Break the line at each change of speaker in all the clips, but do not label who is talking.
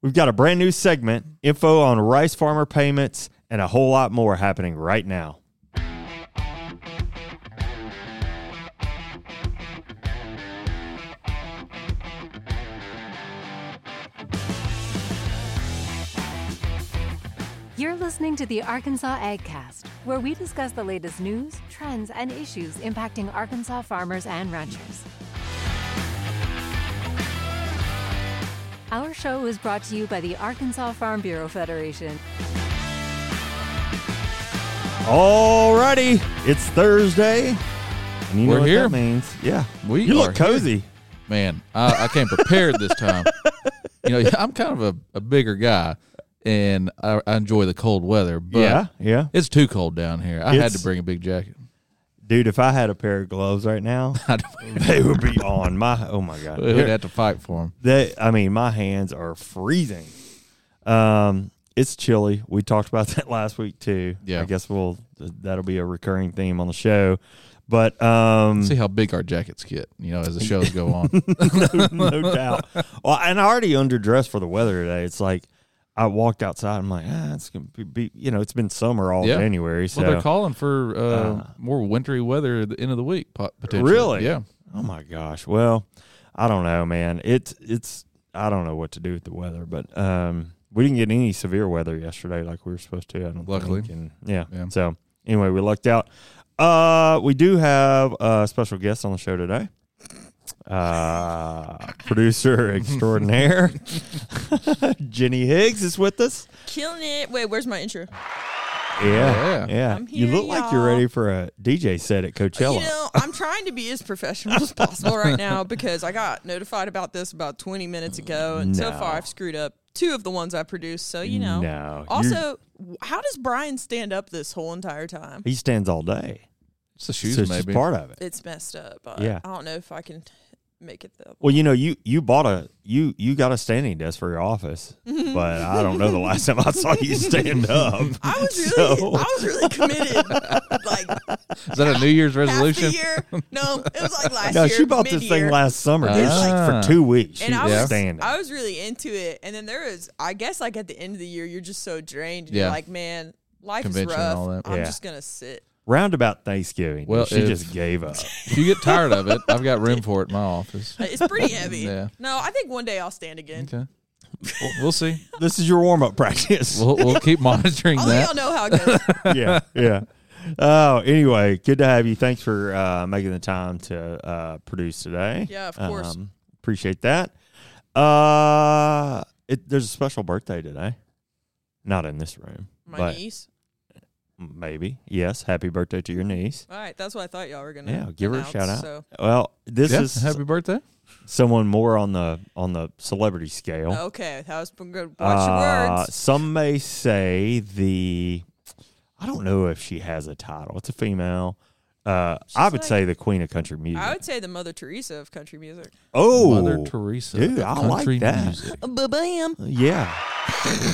We've got a brand new segment, info on rice farmer payments, and a whole lot more happening right now.
You're listening to the Arkansas AgCast, where we discuss the latest news, trends, and issues impacting Arkansas farmers and ranchers. Our show is brought to you by the Arkansas Farm Bureau Federation.
Alrighty, it's Thursday, and you
We're
know what
here.
that means. Yeah,
We
you
are
look cozy.
man, I, I came prepared this time. You know, I'm kind of a, a bigger guy, and I, I enjoy the cold weather. But
Yeah, yeah,
it's too cold down here. I had to
It's-
bring a big jacket.
dude. If I had a pair of gloves right now, they would be on my. Oh my god,
We'd have to fight for them.
They, I mean, my hands are freezing. Um, it's chilly. We talked about that last week too.
Yeah.
I guess we'll that'll be a recurring theme on the show. But um,
See how big our jackets get. You know, as the shows go on.
no doubt. Well, and I already underdressed for the weather today. It's like I walked outside. I'm like, ah, it's gonna be, be you know, it's been summer all
Yeah.
January. So
Well, they're calling for uh, more wintry weather at the end of the week, po- potentially.
Really?
Yeah.
Oh my gosh. Well, I don't know, man. It's it's I don't know what to do with the weather, but um, we didn't get any severe weather yesterday like we were supposed to. I don't
Luckily.
think. And, yeah.
Yeah.
So anyway, we lucked out. Uh, we do have a special guest on the show today. Uh, producer extraordinaire Jenny Higgs is with us.
Killing it. Wait, where's my intro?
Yeah, yeah.
Yeah.
I'm
you
here,
look like you're
y'all.
ready for a DJ set at Coachella.
You know, I'm trying to be as professional as possible right now because I got notified about this about 20 minutes ago, and so
No.
far I've screwed up two of the ones I produced. So you know.
No,
Also, w- how does Brian stand up this whole entire time?
he stands all day.
It's the shoes,
so it's just
maybe.
part of it.
It's messed up. I,
Yeah.
I don't know if I can make it though.
Well, you know, you you bought a you you got a standing desk for your office, but I don't know the last time I saw you stand up.
I was really,
So-
I was really committed. like
Is that a New Year's
half the
resolution?
year. No, it was like last
no,
year.
she bought this thing
mid-year.
last summer. This is
Ah.
like for two weeks. She
and I
was
was
standing.
I was really into it. And then there is, I guess, like at the end of the year, you're just so drained. And
Yeah.
You're like, man, life is
Convention and all
rough.
that.
I'm
Yeah.
just gonna sit.
Round about Thanksgiving,
Well,
she
if-
just gave up.
If you get tired of it, I've got room for it in my office.
It's pretty heavy.
Yeah.
No, I think one day I'll stand again.
Okay. We'll, we'll see.
this is your warm up practice.
We'll, we'll keep monitoring
I'll let
that.
y'all know how it goes.
yeah, yeah. Oh, anyway, good to have you. Thanks for uh, making the time to uh, produce today. Um,
Yeah, of course.
appreciate that. Uh, it, there's a special birthday today. Not in this room,
My
but
niece.
maybe yes. Happy birthday to your niece.
All right, that's what I thought y'all were gonna.
Yeah, give her a
announce,
shout out.
So.
Well, this
Yeah.
is
Happy birthday.
someone more on the on the celebrity scale.
Okay, that was good. Oh, Watch your
Uh,
words.
Some may say the I don't know if she has a title. It's a female. Uh, I would
like-
say the queen of country music.
I would say the Mother Teresa of country music.
oh,
Mother Teresa.
Dude,
of
I like
country
that.
music.
Bam.
yeah.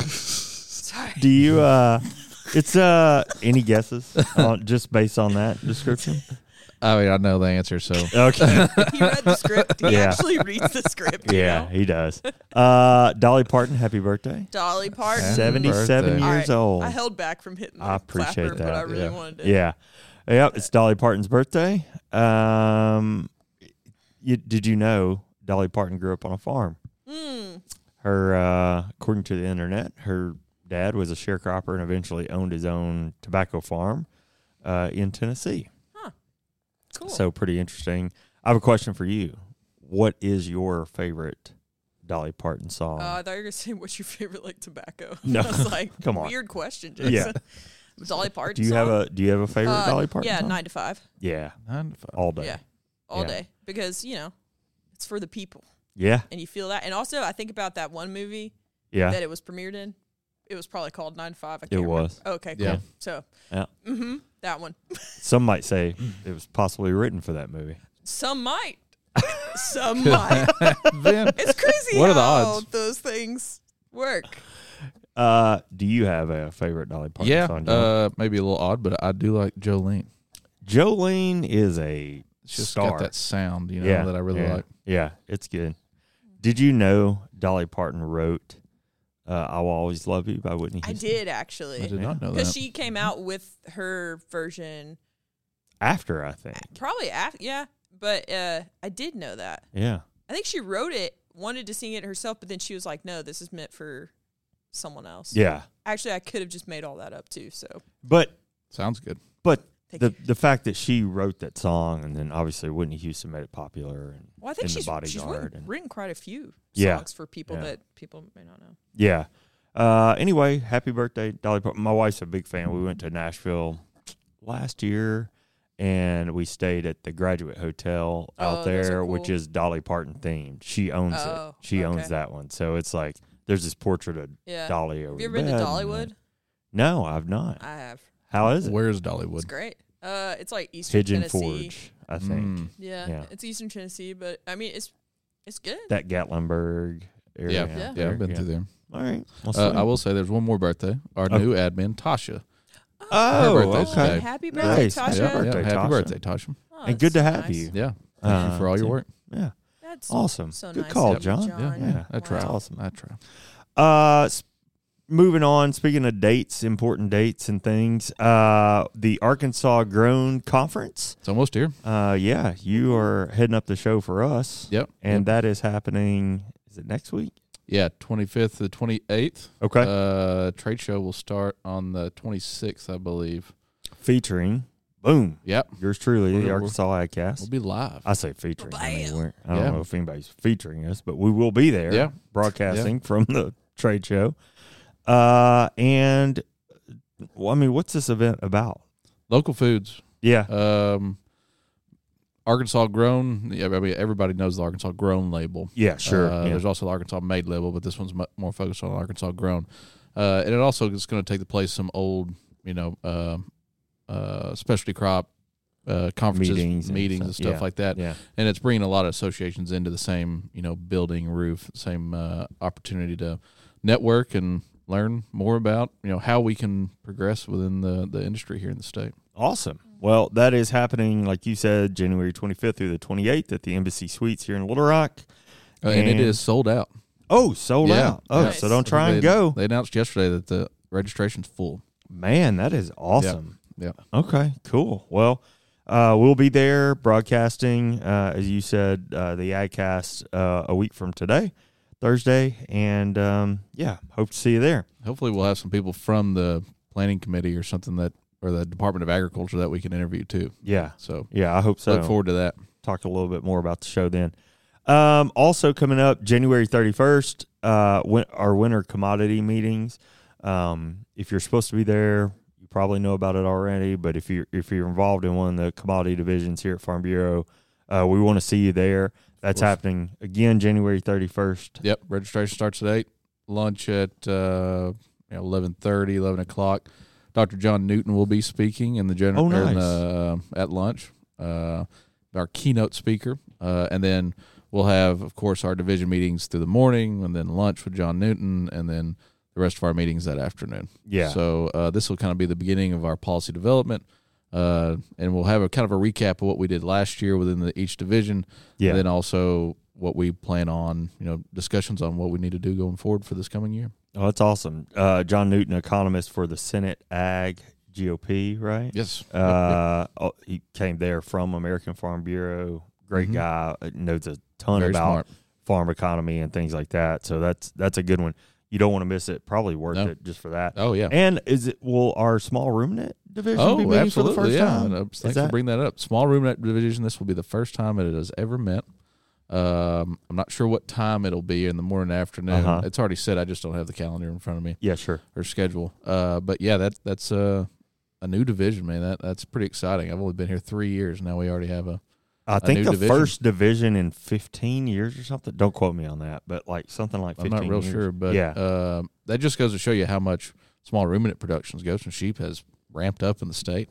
Sorry.
Do you? Uh, it's uh, any guesses on, just based on that description?
Oh, I mean, I know the answer, so
Okay.
He read the script. He
Yeah.
actually reads the script. you
yeah,
know?
he does. Uh, Dolly Parton, happy birthday.
Dolly Parton.
Seven
Seventy-seven
birthday.
All
years
right,
old.
I held back from hitting. The
I appreciate
clapper, But I
that,
really
yeah.
wanted to.
Yeah. Yep. It's Dolly Parton's birthday. Um, you, did you know Dolly Parton grew up on a farm?
Hmm.
Her, uh, according to the internet, her dad was a sharecropper and eventually owned his own tobacco farm uh, in Tennessee.
Cool.
So pretty interesting. I have a question for you. What is your favorite Dolly Parton song?
Uh, I thought you were gonna say what's your favorite like tobacco.
um, No.
I was like,
Come on.
weird question, Jason.
yeah.
Dolly Parton.
Do you have
song?
a Do you have a favorite
Uh,
Dolly Parton?
Yeah,
song?
nine to five.
Yeah,
nine to five.
all day.
Yeah, all
Yeah.
day because you know it's for the people,
yeah,
and you feel that. And also, I think about that one movie
yeah.
that it was premiered in. It was probably called Nine to Five. I
It
can't remember.
was.
Okay, cool.
Yeah.
So,
Yeah.
mm-hmm, that one.
Some might say it was possibly written for that movie.
Some might. Some might.
Then
It's crazy
What are
how
the odds?
those things work.
Uh, do you have a favorite Dolly Parton
yeah,
song? John?
uh, maybe a little odd, but I do like Jolene.
Jolene is a
She's just
star.
got that sound, you know,
yeah,
that I really
yeah,
like.
Yeah, it's good. Did you know Dolly Parton wrote uh, I Will Always Love You by Whitney
I
Houston.
did actually.
I did not know
because
that.
she came out with her version
After, I think.
probably after yeah but uh i did know that
Yeah.
i think she wrote it wanted to sing it herself but then she was like no this is meant for someone else
Yeah.
actually i could have just made all that up too so
But
Sounds good.
but
Thank
the the fact that she wrote that song and then obviously Whitney Houston made it popular and
well i think
in
she's,
the
she's
bodyguard
written,
and
written quite a few
Yeah.
songs for people
Yeah.
that people may not know
yeah. Uh, anyway, happy birthday, Dolly Parton. My wife's a big fan. We went to Nashville last year and we stayed at the Graduate Hotel out
Oh, those are
there, which
cool.
is Dolly Parton themed. She owns
Oh,
it. She
okay.
owns that one. So it's like there's this portrait of
yeah
Dolly over
have you ever
the
been to
bed and
dollywood
then- No, I've not.
i have
How is it?
Where's
it's
Dollywood?
great uh it's like eastern
Pigeon
tennessee
Forge, I think.
Mm.
Yeah,
Yeah.
it's eastern tennessee but i mean it's it's good
That Gatlinburg area.
Yeah,
out
Yeah.
yeah, I've been
yeah.
through there.
All right. Well,
Uh,
sweet.
I will say there's one more birthday. Our
Oh.
new admin, Tasha.
Oh,
birthday's
okay.
today.
happy birthday
Nice.
tasha
Yeah.
happy
Tasha.
birthday, Tasha.
Oh,
and good to
that's
have
nice.
you.
Yeah,
Uh,
thank you for all your
too.
work.
Yeah.
that's
Awesome.
So
Good
nice
call,
of you,
John.
Yeah, yeah, I try.
That's
Wow.
awesome.
I try.
Uh, s- moving on. Speaking of dates, important dates and things. Uh, the Arkansas Grown Conference.
It's almost here.
Uh, yeah, you are heading up the show for us,
Yep.
and that is happening. Is it next week?
Yeah, 25th to 28th.
Okay.
Uh, trade show will start on the 26th, I believe.
Uh, Featuring, boom,
Yep.
yours truly, the
We'll-
Arkansas
We'll
Agcast.
be live.
I say featuring. I, mean, we're, I don't
Yeah.
know if anybody's featuring us, but we will be there.
Yeah.
broadcasting from the trade show. Uh, and well, I mean, what's this event about?
Local foods.
Yeah,
Um, Arkansas grown. Yeah, I mean, everybody knows the Arkansas grown label.
yeah, sure.
Uh,
yeah.
There's also the Arkansas made label, but this one's mu- more focused on Arkansas grown. Uh, and it also is going to take the place of some old, you know, um uh, specialty crop uh, conferences,
Meetings
meetings,
and
and,
stuff.
stuff like that.
yeah,
and it's bringing a lot of associations into the same you know building roof same uh, opportunity to network and learn more about you know how we can progress within the the industry here in the state
awesome. Well, that is happening, like you said, January 25th through the 28th at the Embassy Suites here in Little Rock.
Uh, and,
And-
it is sold out
Oh, sold
Yeah.
out. Oh,
Nice.
so don't try
they,
and go,
they announced yesterday that the registration's full
man. That is awesome.
yeah
Okay, cool. Well, uh, we'll be there broadcasting, uh, as you said, uh, the ICAST uh, a week from today, Thursday. And um, yeah, hope to see you there.
hopefully we'll have some people from the planning committee or something that or the department of agriculture that we can interview too
Yeah.
so
Yeah, I hope so.
look forward to that
Talk a little bit more about the show then. Um, also, coming up January 31st, uh, win- our winter commodity meetings. Um, if you're supposed to be there, you probably know about it already. But if you're if you're involved in one of the commodity divisions here at Farm Bureau, uh, we want to see you there. That's
course.
happening again January 31st.
Yep. Registration starts at eight. Lunch at uh, you know, 11.30, 11 o'clock. Dr. John Newton will be speaking in the general
Oh, nice.
in the, uh, at lunch. Uh, our keynote speaker, uh, and then we'll have, of course, our division meetings through the morning, and then lunch with John Newton, and then the rest of our meetings that afternoon.
Yeah.
So uh, this will kind of be the beginning of our policy development, uh, and we'll have a kind of a recap of what we did last year within the, each division.
Yeah.
And then also what we plan on, you know, discussions on what we need to do going forward for this coming year.
Oh, that's awesome. Uh, John Newton, economist for the Senate Ag GOP, right?
Yes.
Uh, oh, he came there from American Farm Bureau. Great
Mhm.
guy. uh, Knows a ton
Very
about
smart.
farm economy and things like that. So that's that's a good one. You don't want to miss it. Probably worth
No.
it just for that.
Oh yeah.
And is it will our small ruminant division be
Oh,
meeting
absolutely.
for the first
yeah.
time?
And, uh,
Is
thanks
that-
for bringing that up. Small room net division. This will be the first time it has ever met. Um, I'm not sure what time it'll be in the morning, afternoon.
Uh-huh.
It's already said. I just don't have the calendar in front of me
yeah, sure.
or schedule. Uh, but yeah, that's that's uh, a new division, man. That that's pretty exciting. I've only been here three years now. We already have a
I think
new
the
division.
first division in 15 years or something. Don't quote me on that, but like something like 15
I'm not real
years.
sure, but
Yeah.
um, that just goes to show you how much small ruminant productions, goats and sheep, has ramped up in the state.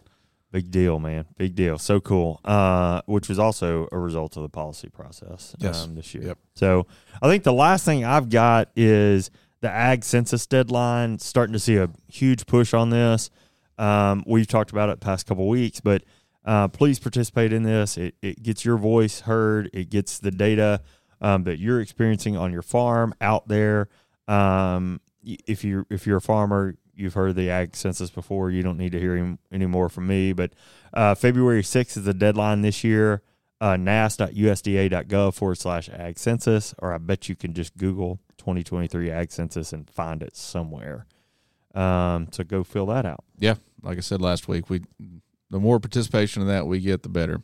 Big deal, man. Big deal. So cool. Uh, which was also a result of the policy process
Yes.
um, this year.
Yep.
So I think the last thing I've got is the ag census deadline. Starting to see a huge push on this. Um, we've talked about it the past couple weeks, but uh, please participate in this. It, it gets your voice heard. It gets the data um, that you're experiencing on your farm out there. Um, y- if you if you're a farmer, you've heard the ag census before. You don't need to hear him any more from me. But uh, February 6th is the deadline this year. Uh, nas.usda.gov forward slash ag census, or I bet you can just Google 2023 ag census and find it somewhere. Um, so go fill that out.
Yeah, like I said last week, we the more participation in that we get, the better.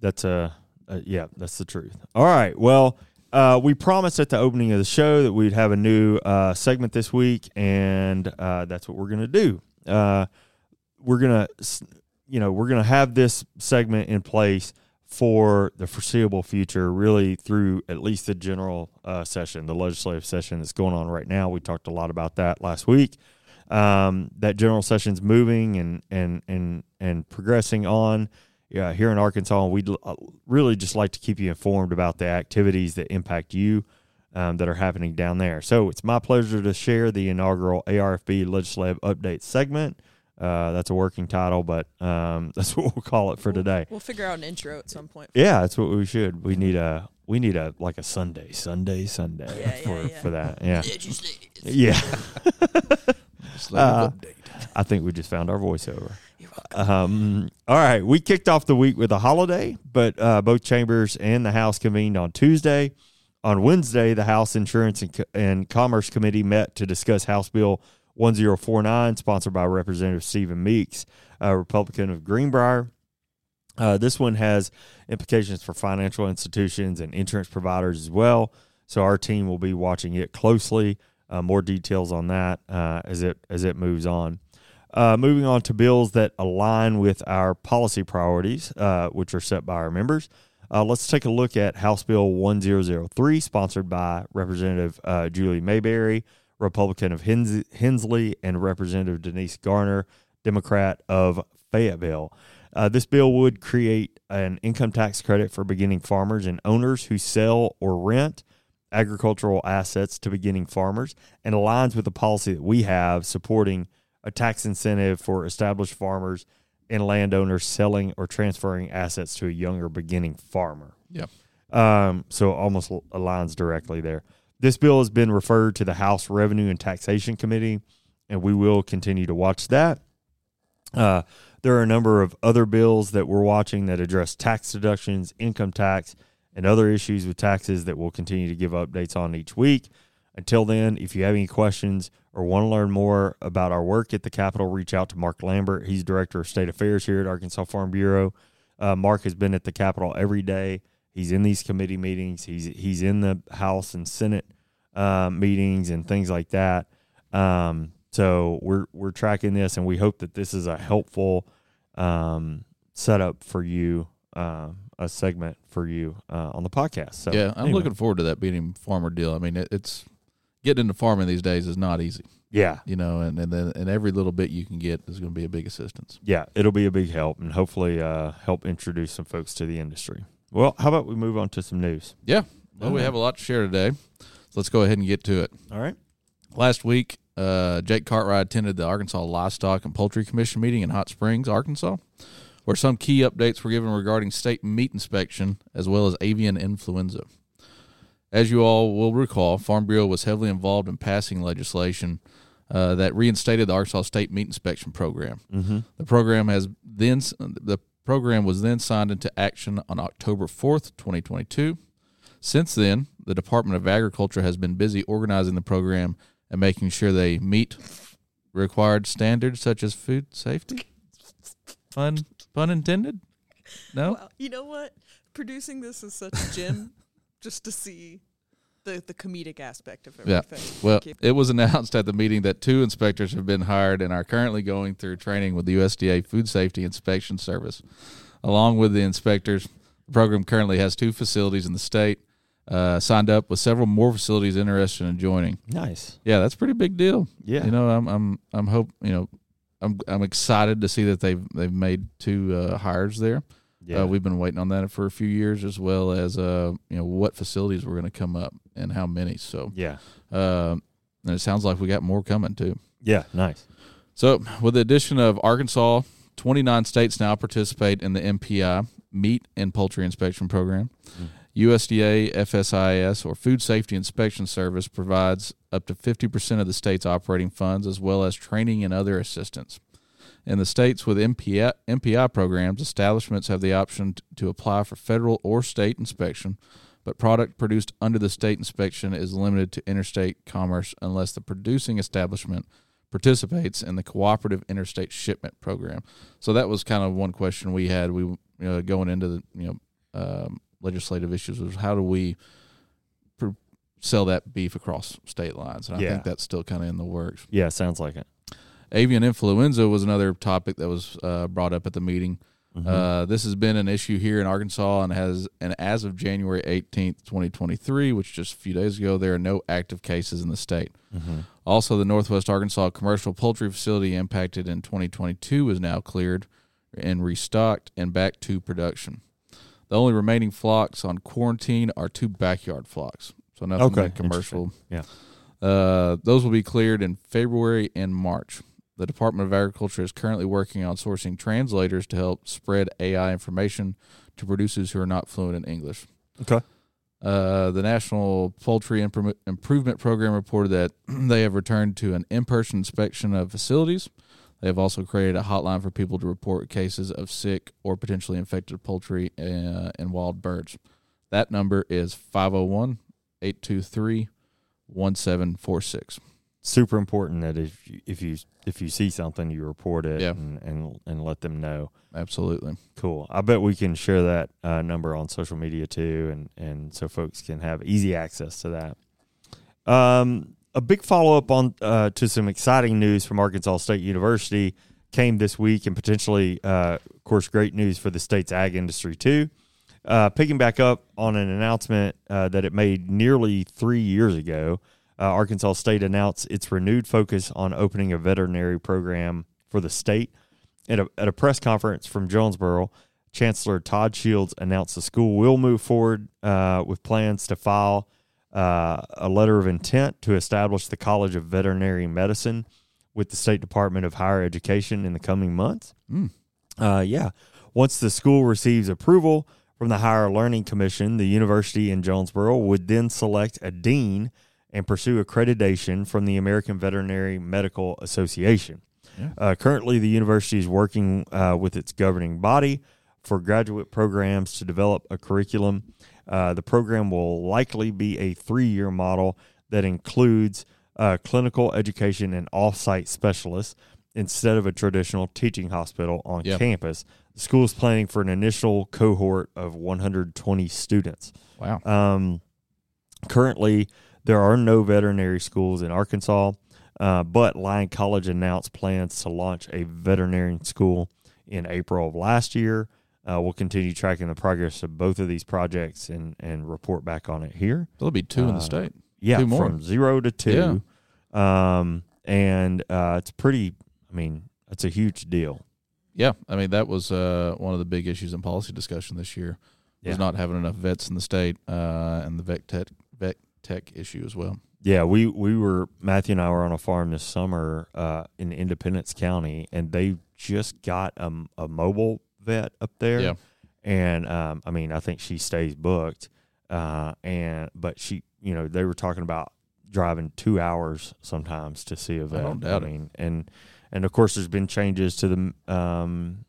That's uh uh, yeah, that's the truth. All right. Well, uh, we promised at the opening of the show that we'd have a new uh, segment this week, and uh, that's what we're gonna do. Uh, we're gonna, s- you know, we're gonna have this segment in place for the foreseeable future, really through at least the general uh, session, the legislative session that's going on right now. We talked a lot about that last week. Um, that general session's moving and and and and progressing on yeah, here in Arkansas, and we'd l- uh, really just like to keep you informed about the activities that impact you um, that are happening down there. So it's my pleasure to share the inaugural ARFB Legislative Update segment. Uh, that's a working title, but um, that's what we'll call it for today.
We'll figure out an intro at some point.
Yeah, that's what we should. We need a we need a like a Sunday, Sunday, Sunday
Yeah, yeah,
for
yeah.
for that. Yeah, yeah.
Just let
Uh,
it update.
I think we just found our voiceover. Um, all right, we kicked off the week with a holiday, but uh, both chambers and the House convened on Tuesday. On Wednesday, the House Insurance and, Co- and Commerce Committee met to discuss House Bill 1049, sponsored by Representative Stephen Meeks, a Republican of Greenbrier. Uh, this one has implications for financial institutions and insurance providers as well. So our team will be watching it closely. Uh, more details on that uh, as it as it moves on. Uh, moving on to bills that align with our policy priorities, uh, which are set by our members. Uh, let's take a look at House Bill 1003, sponsored by Representative uh, Julie Mayberry, Republican of Hens- Hensley, and Representative Denise Garner, Democrat of Fayetteville. Uh, this bill would create an income tax credit for beginning farmers and owners who sell or rent agricultural assets to beginning farmers and aligns with the policy that we have supporting a tax incentive for established farmers and landowners selling or transferring assets to a younger beginning farmer.
Yep.
Um, so almost al- aligns directly there. This bill has been referred to the House Revenue and Taxation Committee, and we will continue to watch that. Uh, there are a number of other bills that we're watching that address tax deductions, income tax, and other issues with taxes that we'll continue to give updates on each week. Until then, if you have any questions or want to learn more about our work at the Capitol, reach out to Mark Lambert. He's Director of State Affairs here at Arkansas Farm Bureau. Uh, Mark has been at the Capitol every day. He's in these committee meetings. He's he's in the House and Senate uh, meetings and things like that. Um, so we're we're tracking this, and we hope that this is a helpful um, setup for you, um, a segment for you uh, on the podcast. So
yeah, I'm
anyway.
looking forward to that beating farmer deal. I mean, it, it's getting into farming these days is not easy,
Yeah,
you know, and and then and every little bit you can get is going to be a big assistance.
yeah, it'll be a big help, and hopefully uh, help introduce some folks to the industry. Well, how about we move on to some news?
Yeah. Well, we have a lot to share today, so let's go ahead and get to it.
All right.
Last week, uh, Jake Cartwright attended the Arkansas Livestock and Poultry Commission meeting in Hot Springs, Arkansas, where some key updates were given regarding state meat inspection as well as avian influenza. As you all will recall, Farm Bureau was heavily involved in passing legislation uh, that reinstated the Arkansas State Meat Inspection Program. Mm-hmm. The program has then the program was then signed into action on October fourth, twenty twenty two. Since then, the Department of Agriculture has been busy organizing the program and making sure they meet required standards such as food safety. Pun pun intended. No,
Wow. You know what? Producing this is such a gem just to see the, the comedic aspect of
Yeah.
everything.
Well,
Keep-
it was announced at the meeting that two inspectors have been hired and are currently going through training with the USDA Food Safety Inspection Service. Along with the inspectors, the program currently has two facilities in the state uh, signed up, with several more facilities interested in joining.
Nice.
Yeah, that's a pretty big deal.
Yeah.
you know, I'm I'm I'm hope you know, I'm I'm excited to see that they've they've made two uh, hires there.
yeah.
Uh, we've been waiting on that for a few years, as well as uh, you know what facilities were going to come up and how many. So
yeah.
um, and it sounds like we got more coming too.
Yeah. Nice.
So, with the addition of Arkansas, 29 states now participate in the MPI meat and poultry inspection program. USDA FSIS or Food Safety Inspection Service provides up to 50% of the state's operating funds as well as training and other assistance. In the states with MPI, MPI programs, establishments have the option t- to apply for federal or state inspection, but product produced under the state inspection is limited to interstate commerce unless the producing establishment participates in the cooperative interstate shipment program. So that was kind of one question we had. We you know, going into the you know um, legislative issues was how do we pr- sell that beef across state lines? And I
Yeah.
think that's still kind of in the works.
Yeah, sounds like it.
Avian influenza was another topic that was uh, brought up at the meeting.
Mm-hmm.
Uh, this has been an issue here in Arkansas and has, and as of January 18th, 2023, which just a few days ago, there are no active cases in the state.
Mm-hmm.
Also, the Northwest Arkansas commercial poultry facility impacted in 2022 is now cleared and restocked and back to production. The only remaining flocks on quarantine are two backyard flocks. So nothing
Okay,
like commercial.
Yeah.
Uh, those will be cleared in February and March. The Department of Agriculture is currently working on sourcing translators to help spread AI information to producers who are not fluent in English.
Okay.
Uh, the National Poultry Imprem- Improvement Program reported that they have returned to an in person inspection of facilities. They have also created a hotline for people to report cases of sick or potentially infected poultry uh, and wild birds. That number is 501 823 1746.
Super important that if you, if you if you see something, you report it
Yeah.
and, and and let them know.
Absolutely.
Cool. I bet we can share that uh, number on social media too, and and so folks can have easy access to that. Um, a big follow up on uh, to some exciting news from Arkansas State University came this week, and potentially, uh, of course, great news for the state's ag industry too. Uh, picking back up on an announcement uh, that it made nearly three years ago, uh, Arkansas State announced its renewed focus on opening a veterinary program for the state. At a, at a press conference from Jonesboro, Chancellor Todd Shields announced the school will move forward uh, with plans to file uh, a letter of intent to establish the College of Veterinary Medicine with the State Department of Higher Education in the coming months. Uh, yeah. Once the school receives approval from the Higher Learning Commission, the university in Jonesboro would then select a dean and pursue accreditation from the American Veterinary Medical Association. Uh, currently, the university is working uh, with its governing body for graduate programs to develop a curriculum. Uh, the program will likely be a three year model that includes uh, clinical education and off site specialists instead of a traditional teaching hospital on
Yeah.
campus. The school is planning for an initial cohort of 120 students.
Wow.
Um, currently, there are no veterinary schools in Arkansas, uh, but Lyon College announced plans to launch a veterinarian school in April of last year. Uh, we'll continue tracking the progress of both of these projects and, and report back on it here.
There'll be two in
Uh,
the state.
Yeah,
Two more.
from zero to two. Um, and uh, it's pretty, I mean, it's a huge deal.
Yeah, I mean that was uh, one of the big issues in policy discussion this year
Yeah.
was not having enough vets in the state uh, and the vet tech, vet tech issue as well.
Yeah, we we were Matthew and I were on a farm this summer uh, in Independence County, and they just got a, a mobile vet up there.
Yeah.
and um, I mean, I think she stays booked, uh, and but she, you know, they were talking about driving two hours sometimes to see a vet.
don't doubt it.
mean, and and of course, there's been changes to the um,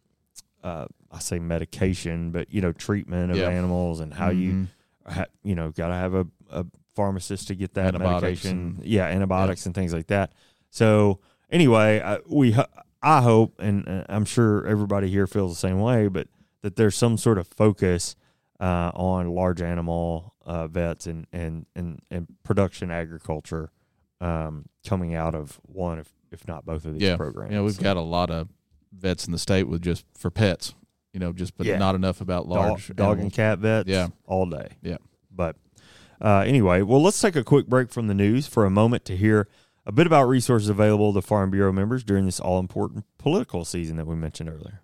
uh, I say medication, but you know, treatment of
Yeah.
animals and how you
Mhm.
ha- you know, got to have a, a pharmacist to get that
Antibiotics
medication.
and-
yeah, antibiotics and things like that. So anyway, I, we ho- I hope, and uh, I'm sure everybody here feels the same way, but that there's some sort of focus uh, on large animal uh, vets and and and and production agriculture um, coming out of one, if if not both of these
Yeah.
programs.
You know, we've got a lot of vets in the state with just for pets. You know, just but
Yeah.
not enough about large
dog, dog and
animals.
cat vets
Yeah.
all day.
Yeah.
But uh, anyway, well, let's take a quick break from the news for a moment to hear a bit about resources available to Farm Bureau members during this all important political season that we mentioned earlier.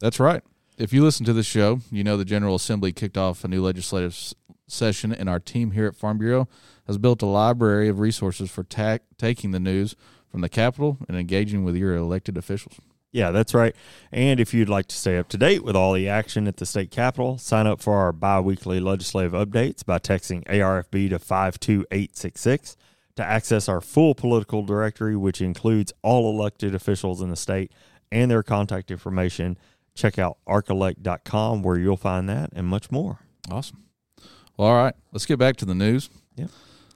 That's right. If you listen to this show, you know the General Assembly kicked off a new legislative s- session, and our team here at Farm Bureau has built a library of resources for ta- taking the news from the Capitol and engaging with your elected officials.
Yeah, that's right. And if you'd like to stay up to date with all the action at the state capitol, sign up for our bi weekly legislative updates by texting ARFB to 52866 to access our full political directory, which includes all elected officials in the state and their contact information. Check out arcelect.com where you'll find that and much more.
Awesome. Well, all right, let's get back to the news.
Yeah.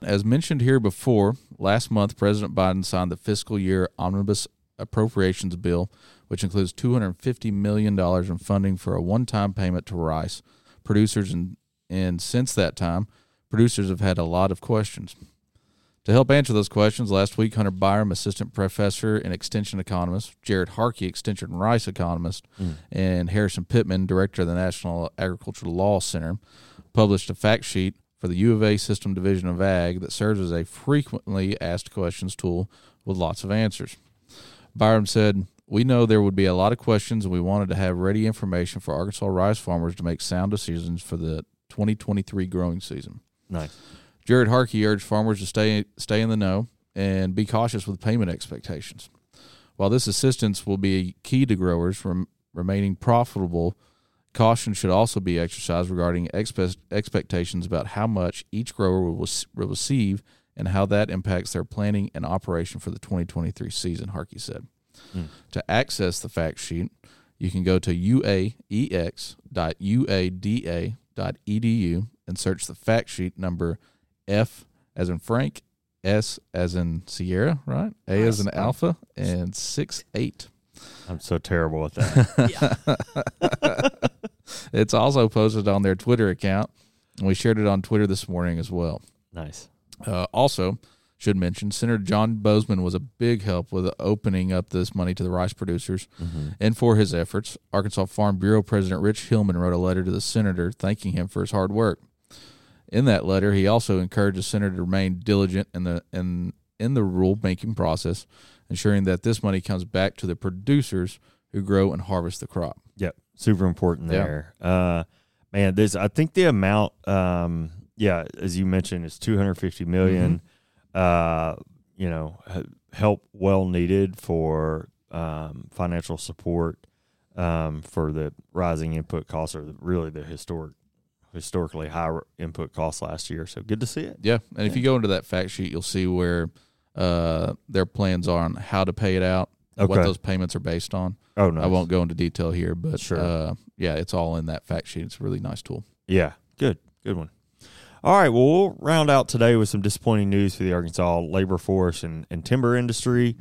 As mentioned here before, last month President Biden signed the fiscal year omnibus appropriations bill, which includes $250 million in funding for a one time payment to rice producers. And, and since that time, producers have had a lot of questions. To help answer those questions, last week, Hunter Byram, assistant professor and extension economist, Jared Harkey, extension and rice economist, and Harrison Pittman, director of the National Agricultural Law Center, published a fact sheet for the U of A System Division of Ag that serves as a frequently asked questions tool with lots of answers. Byram said, We know there would be a lot of questions, and we wanted to have ready information for Arkansas rice farmers to make sound decisions for the 2023 growing season.
Nice.
Jared Harkey urged farmers to stay stay in the know and be cautious with payment expectations. While this assistance will be key to growers from remaining profitable, caution should also be exercised regarding expe- expectations about how much each grower will, rec- will receive and how that impacts their planning and operation for the 2023 season, Harkey said. To access the fact sheet, you can go to uaex.uada.edu and search the fact sheet number F as in Frank, S as in Sierra, right? A as in Alpha, and 6 8.
I'm so terrible at that.
It's also posted on their Twitter account, and we shared it on Twitter this morning as well.
nice.
Uh, also, should mention Senator John Bozeman was a big help with opening up this money to the rice producers, and for his efforts, Arkansas Farm Bureau President Rich Hillman wrote a letter to the senator thanking him for his hard work. In that letter, he also encouraged the senator to remain diligent in the in in the rule making process, ensuring that this money comes back to the producers who grow and harvest the crop.
Yep. Super important
Yeah.
there. Uh man, there's I think the amount um yeah, as you mentioned is 250 million.
Mm-hmm.
Uh you know, h- help well needed for um financial support um for the rising input costs or the- really the historic historically high r- input costs last year. So good to see it.
Yeah, and if you go into that fact sheet, you'll see where uh, their plans are on how to pay it out, what
Okay.
those payments are based on.
Oh no.
I won't go into detail here, but
Sure.
uh, yeah, it's all in that fact sheet. It's a really nice tool.
Yeah, good, good one. All right, well, we'll round out today with some disappointing news for the Arkansas labor force and, and timber industry.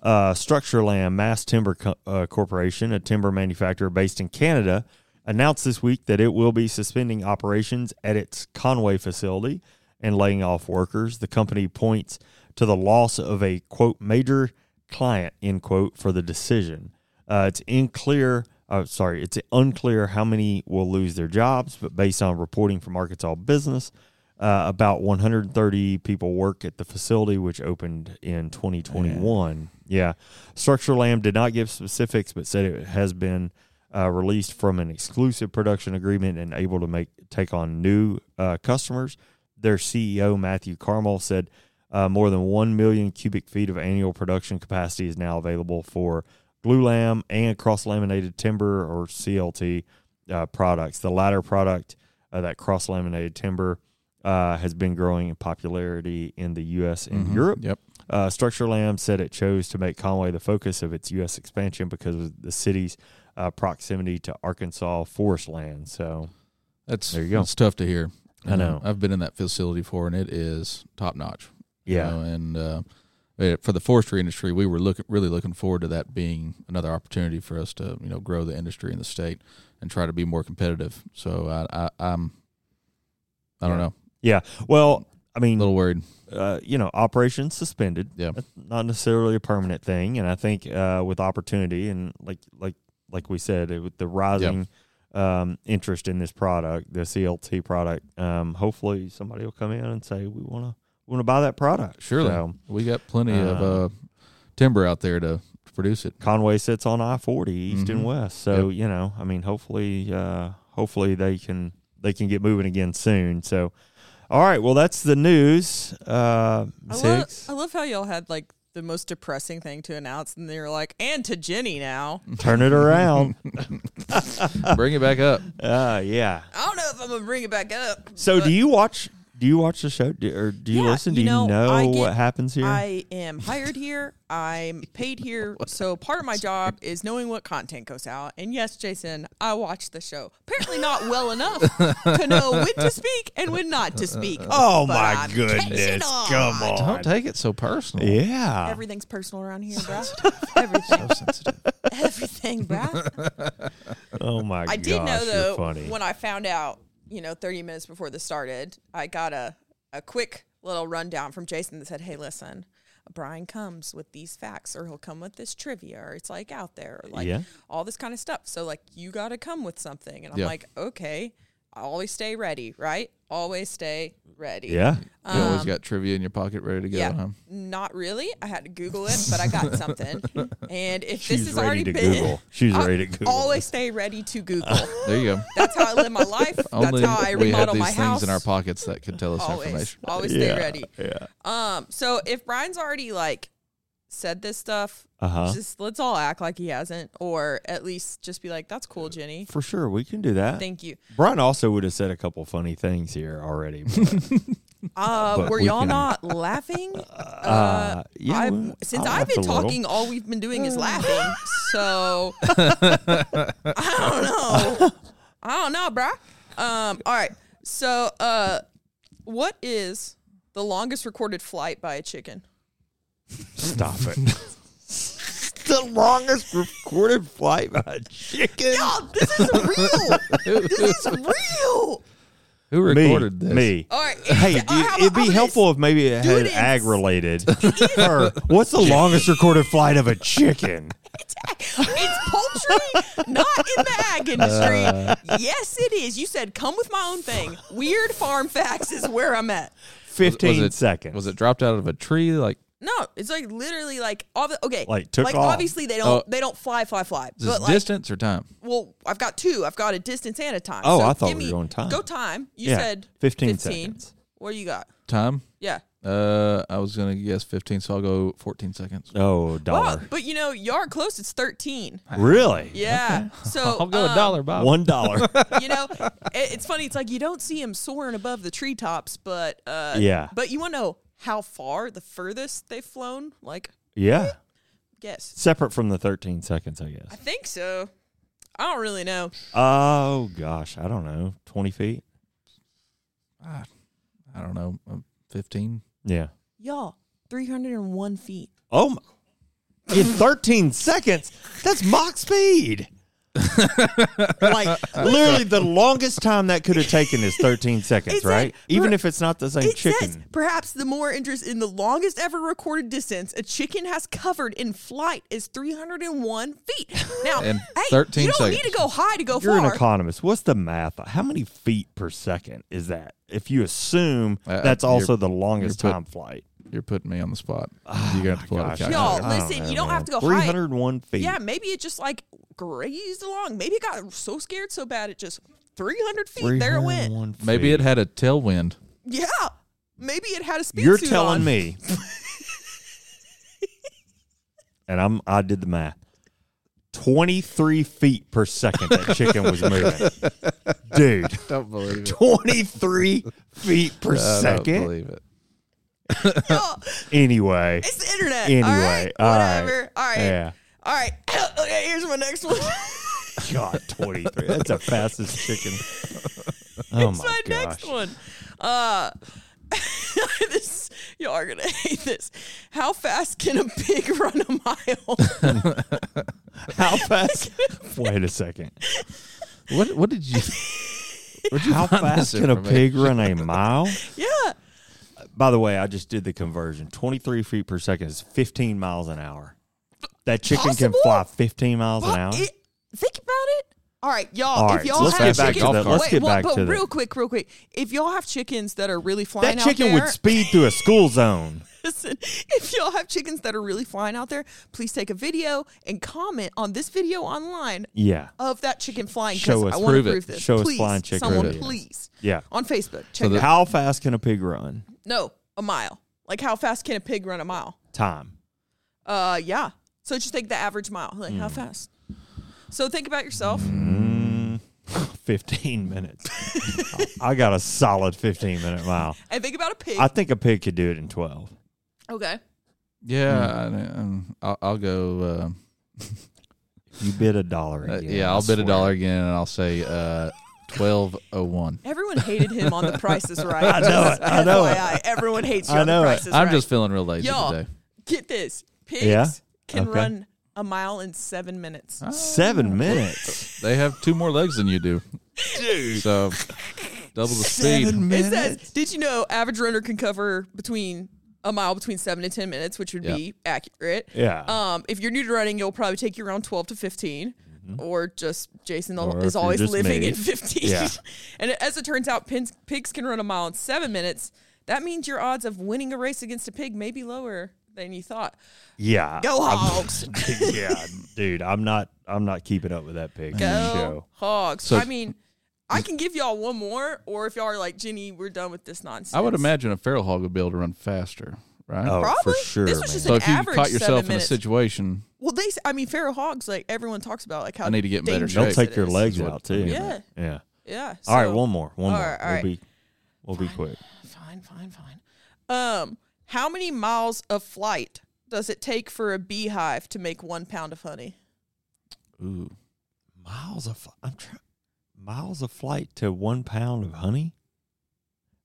Uh, Structure Land Mass Timber Co- uh, Corporation, a timber manufacturer based in Canada, announced this week that it will be suspending operations at its Conway facility and laying off workers. The company points to the loss of a quote major client end quote for the decision. Uh, it's unclear. Uh, sorry, it's unclear how many will lose their jobs, but based on reporting from Arkansas Business, uh, about 130 people work at the facility, which opened in 2021. Yeah, Structure Lamb did not give specifics, but said it has been uh, released from an exclusive production agreement and able to make take on new uh, customers. Their CEO Matthew Carmel said uh, more than 1 million cubic feet of annual production capacity is now available for glue lam and cross laminated timber or CLT uh, products. The latter product, uh, that cross laminated timber, uh, has been growing in popularity in the U.S. and Europe.
Mm-hmm. Yep.
Uh, Structure Lamb said it chose to make Conway the focus of its U.S. expansion because of the city's uh, proximity to Arkansas forest land. So,
That's
There you go.
It's tough to hear.
I know.
I've been in that facility before, and it is top notch.
yeah,
and uh, eh, for the forestry industry, we were looking really looking forward to that being another opportunity for us to you know grow the industry in the state and try to be more competitive. So I, I I'm I don't
Yeah.
know,
yeah. Well, I
a
mean,
little worried.
uh, you know, operations suspended.
Yeah.
That's not necessarily a permanent thing. And I think uh, with opportunity and like like like we said, it, with the rising um, interest in this product, the CLT product, um, hopefully somebody will come in and say we want to want to buy that product.
Surely
So,
we got plenty
uh,
of uh, timber out there to, to produce it.
Conway sits on I forty east
Mhm.
and west. So you know, I mean, hopefully, uh, hopefully they can they can get moving again soon. So. All right, well, that's the news. Uh,
I
Ms.
love,
Hicks.
I love how y'all had like the most depressing thing to announce, and they were like, "And to Jenny now."
Turn it around.
Bring it back up.
uh, yeah.
I don't know if I'm gonna bring it back up.
So
but
do you watch? Do you watch the show, do, or do you
Uh, Yeah,
listen? Do
you
you know,
know, I get-
what happens here?
I am hired here. I'm paid here. So part of my job is knowing what content goes out. And yes, Jason, I watched the show. Apparently not well enough to know when to speak and when not to speak.
oh
But
my
I'm catching
goodness!
on.
Come
Don't
on.
take it so personal.
Yeah.
Everything's personal around here, bro. Everything,
So sensitive.
everything, bro.
oh my gosh!
I did know
you're
though
funny.
when I found out, you know, 30 minutes before this started, I got a a quick little rundown from Jason that said, "Hey, listen, Brian comes with these facts, or he'll come with this trivia, or it's like out there, or like
Yeah.
all this kind of stuff. So like you got to come with something." And I'm
Yeah.
like, "Okay, I always stay ready, right? Always stay ready." Um,
yeah.
You always got trivia in your pocket ready to go.
Yeah,
huh?
not really. I had to Google it, but I got something. and if
She's
this has
ready
already
to
been,
Google. She's
I
ready to Google.
Always stay ready to Google.
There you go.
That's how I live my life. That's
Only
how I
we have
remodel
these
my
things
house.
in our pockets that could tell us
always,
information.
always
Yeah,
stay ready.
Yeah.
Um, so if Brian's already like said this stuff,
Uh huh.
just let's all act like he hasn't, or at least just be like, "That's cool, Jenny.
For sure, we can do that.
Thank you."
Brian also would have said a couple funny things here already. but,
Uh,
But
were
we
y'all
can-
not laughing?
uh, yeah,
I've-
well,
since
I'll
I've
laugh
been
a little.
talking, all we've been doing is laughing. So I don't know. I don't know, bruh. Um, all right. So, uh, what is the longest recorded flight by a chicken?
Stop it. the longest recorded flight by a chicken.
Oh, this is real. this is real.
Who
me,
recorded this?
me.
All right.
Hey,
All right,
dude,
how about-
it'd
how
be
about
helpful if maybe it
Do
had
it in-
ag related. Or what's the longest recorded flight of a chicken?
this? It's poultry, not in the ag industry.
Uh.
yes, it is. You said, come with my own thing. Weird farm facts is where I'm at.
Fifteen
was it,
seconds.
Was it dropped out of a tree? Like
No, it's like literally like all the okay,
Like, took
like
off.
obviously they don't
Oh.
they don't fly fly fly,
is this
but like
distance or time?
well I've got two, I've got a distance and a time.
Oh,
So
I thought
give
we
me-
were going time.
Go time. You
Yeah,
said
15
15.
seconds.
What do you got?
Time?
Yeah.
Uh, I was gonna guess 15, so I'll go 14 seconds.
Oh,
Well,
dollar.
but you know yard close. It's thirteen.
really?
Yeah. So
I'll go a
um,
dollar, Bob.
One dollar.
you know, it, it's funny. It's like you don't see him soaring above the treetops, but uh,
Yeah.
But you want to know how far the furthest they've flown? Like,
yeah.
guess.
Separate from the thirteen seconds, I
I
guess.
think so. I don't really know.
Oh gosh, I don't know. Twenty feet.
I, I don't know. um, 15.
Yeah.
Y'all, three hundred and one feet.
Oh, my. in 13 seconds, that's Mach speed. like literally, the longest time that could have taken is 13 seconds,
It's
right?
like-
Even if it's not the same
It
chicken.
says perhaps the more interest in the longest ever recorded distance a chicken has covered in flight is 301 feet. Now,
And
hey,
13
you don't
seconds.
need to go high to go
You're
far.
an economist. What's the math? How many feet per second is that? If you assume
Uh,
that's
uh,
also
you're-
the longest
you're put-
time flight. Oh
You're putting me on the spot. You're gonna have to pull out a
Ah, Gosh, I
Y'all,
don't
calculator.
listen, you don't have to go high.
301 feet.
yeah, maybe it just like grazed along. Maybe it got so scared so bad it just 300 feet. There it went.
301
Maybe it
feet.
had a tailwind.
Yeah. Maybe it had a speed
You're
suit
telling
on.
me. and I'm I did the math. 23 feet per second that chicken was moving. Dude,
Don't believe it.
23 feet per
I don't
second.
believe it.
Y'all,
Anyway.
it's the internet.
Anyway.
all right?
all right.
Whatever. All right.
Yeah.
All right. okay, here's my next one.
God, 23. That's the fastest chicken. Oh
It's
my,
my
gosh.
next one. Uh, this y'all are gonna hate this. How fast can a pig run a mile?
How fast? Wait a second.
What? What did you? Where'd you
How
find this
fast can a
information?
pig run a mile?
yeah,
By the way, I just did the conversion. 23 feet per second is 15 miles an hour. That chicken
Possible?
can fly 15 miles an hour.
But it- think about it. All right, y'all.
All
if
right,
y'all
let's
have
get back to
chickens,
that. Let's
wait,
get
well,
back
but
to that.
real quick, real quick. If y'all have chickens that are really flying
that
out
chicken
there,
would speed through a school zone.
Listen, if y'all have chickens that are really flying out there, please take a video and comment on this video online
Yeah.
of that chicken flying. 'cause
Show us.
I want
Prove
to
it.
prove this.
Show us
please,
flying chicken
Someone,
videos.
please.
Yeah.
On Facebook, check it out.
How fast can a pig run?
No, a mile. Like how fast can a pig run a mile?
Time.
Uh, yeah. So just take the average mile. Like
Hmm.
how fast? So think about yourself.
Mm, 15 minutes. I got a solid 15 minute mile.
And think about a pig.
I think a pig could do it in 12.
okay.
Yeah,
Hmm.
I, will I'll go. Uh,
You bid a dollar.
uh,
again,
yeah,
I
I'll bid a
swear.
dollar again, and I'll say uh, twelve oh one.
Everyone hated him on The Price is Right.
I know
Just
it. I know it.
FYI, Everyone hates you
I
on
know
The
it.
Price is
I'm
Right.
just feeling real lazy
Y'all.
today.
Get this. Pigs
Yeah?
can
Okay. Ah.
run a mile in seven minutes.
Seven minutes.
They have two more legs than you do, dude. So double the
Seven
speed.
It
minutes.
says, did you know average runner can cover between a mile between seven and 10 minutes, which would
Yeah.
be accurate.
Yeah.
Um, if you're new to running, you'll probably take you around 12 to 15 or just Jason al-
Mm-hmm. Or if
is
you're
always
just
living
me.
in 15.
Yeah.
and as it turns out, pins, pigs can run a mile in seven minutes. That means your odds of winning a race against a pig may be lower than you thought.
yeah.
Go
I'm-
hogs.
yeah, dude. I'm not. I'm not keeping up with that pig.
Go
show.
hogs.
So-
I mean, I can give y'all one more, or if y'all are like, Jenny, we're done with this nonsense.
I would imagine a feral hog would be able to run faster, right?
Oh, for
Probably.
sure.
This was just
man.
so if you
average
caught
seven
yourself in a
minutes.
situation,
Well, they. s- I mean, feral hogs. Like everyone talks about, like how
I need to get in better
dangerous
shape.
Don't
Yes,
take
it
your
is.
legs
Yeah.
out too.
Yeah.
Yeah.
Yeah.
All right.
so-
One more. One
All
more.
right, all
we'll
right.
be. We'll be quick.
Fine, fine, fine. Um, how many miles of flight does it take for a beehive to make one pound of honey?
ooh,
Miles of. fl- I'm trying. Miles of flight to one pound of honey.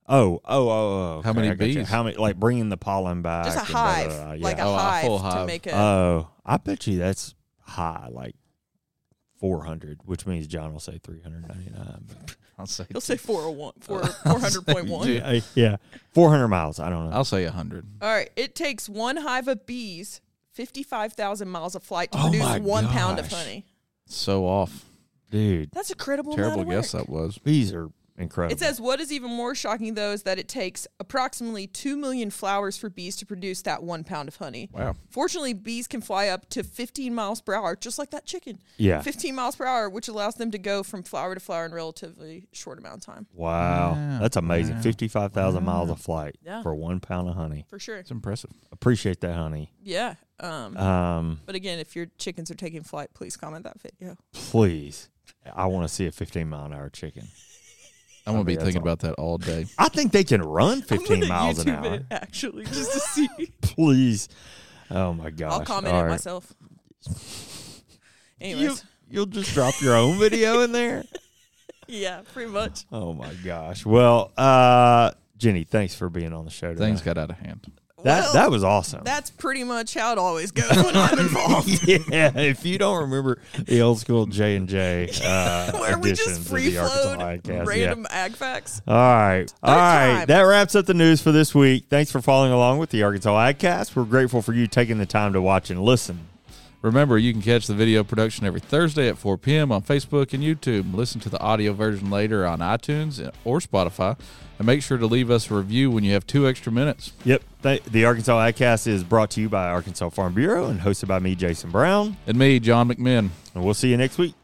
Oh, oh, oh, oh.
How
okay,
many
I got you.
bees?
How many? Like bringing the pollen back.
Just a
and blah, blah,
hive,
blah, uh, yeah.
like a
Oh, a
hive,
full
to
hive.
make a.
Oh, I bet you that's high, like 400, which means John will say 399.
I'll say
he'll say 401,
Oh.
400.1.
yeah, uh, yeah, 400 miles. I don't know.
I'll say hundred.
All right. It takes one hive of bees 55,000 miles of flight to
Oh my
produce one pound of
gosh.
honey.
So off.
Dude,
That's a credible
Terrible
amount of
guess
work.
that was.
bees are incredible.
It says, what is even more shocking, though, is that it takes approximately 2 million flowers for bees to produce that one pound of honey.
Wow.
Fortunately, bees can fly up to 15 miles per hour, just like that chicken.
Yeah.
15 miles per hour, which allows them to go from flower to flower in relatively short amount of time.
Wow.
Wow.
That's amazing.
Wow.
55,000 miles of flight
Yeah.
for one pound of honey.
For sure.
It's impressive.
Appreciate that, honey.
Yeah. Um,
Um,
but again, if your chickens are taking flight, please comment that video.
Please. I want to see a 15 mile an hour chicken.
I'm gonna be
think that's
thinking
all.
about that all day.
I think they can run
I'm
15
gonna
miles an
YouTube
hour.
it, actually, just to see.
Please. Oh, my gosh.
I'll comment
All
it
right.
myself. Anyways,
You, you'll just drop your own video in there?
yeah, pretty much.
Oh my gosh. Well, uh Jenny, thanks for being on the show today.
Things got out of hand.
that
Well,
that was awesome.
That's pretty much how it always goes when I'm involved.
yeah, if you don't remember the old school J and J
Where we just
editions of
free
the Arkansas
flowed
Podcast, yeah.
random ag facts.
All right. All right.
time.
That wraps up the news for this week. Thanks for following along with the Arkansas Agcast. We're grateful for you taking the time to watch and listen.
Remember, you can catch the video production every Thursday at 4 p.m. on Facebook and YouTube. Listen to the audio version later on iTunes or Spotify. And make sure to leave us a review when you have two extra minutes.
Yep. Th- the Arkansas Agcast is brought to you by Arkansas Farm Bureau and hosted by me, Jason Brown.
And me, John McMinn.
And we'll see you next week.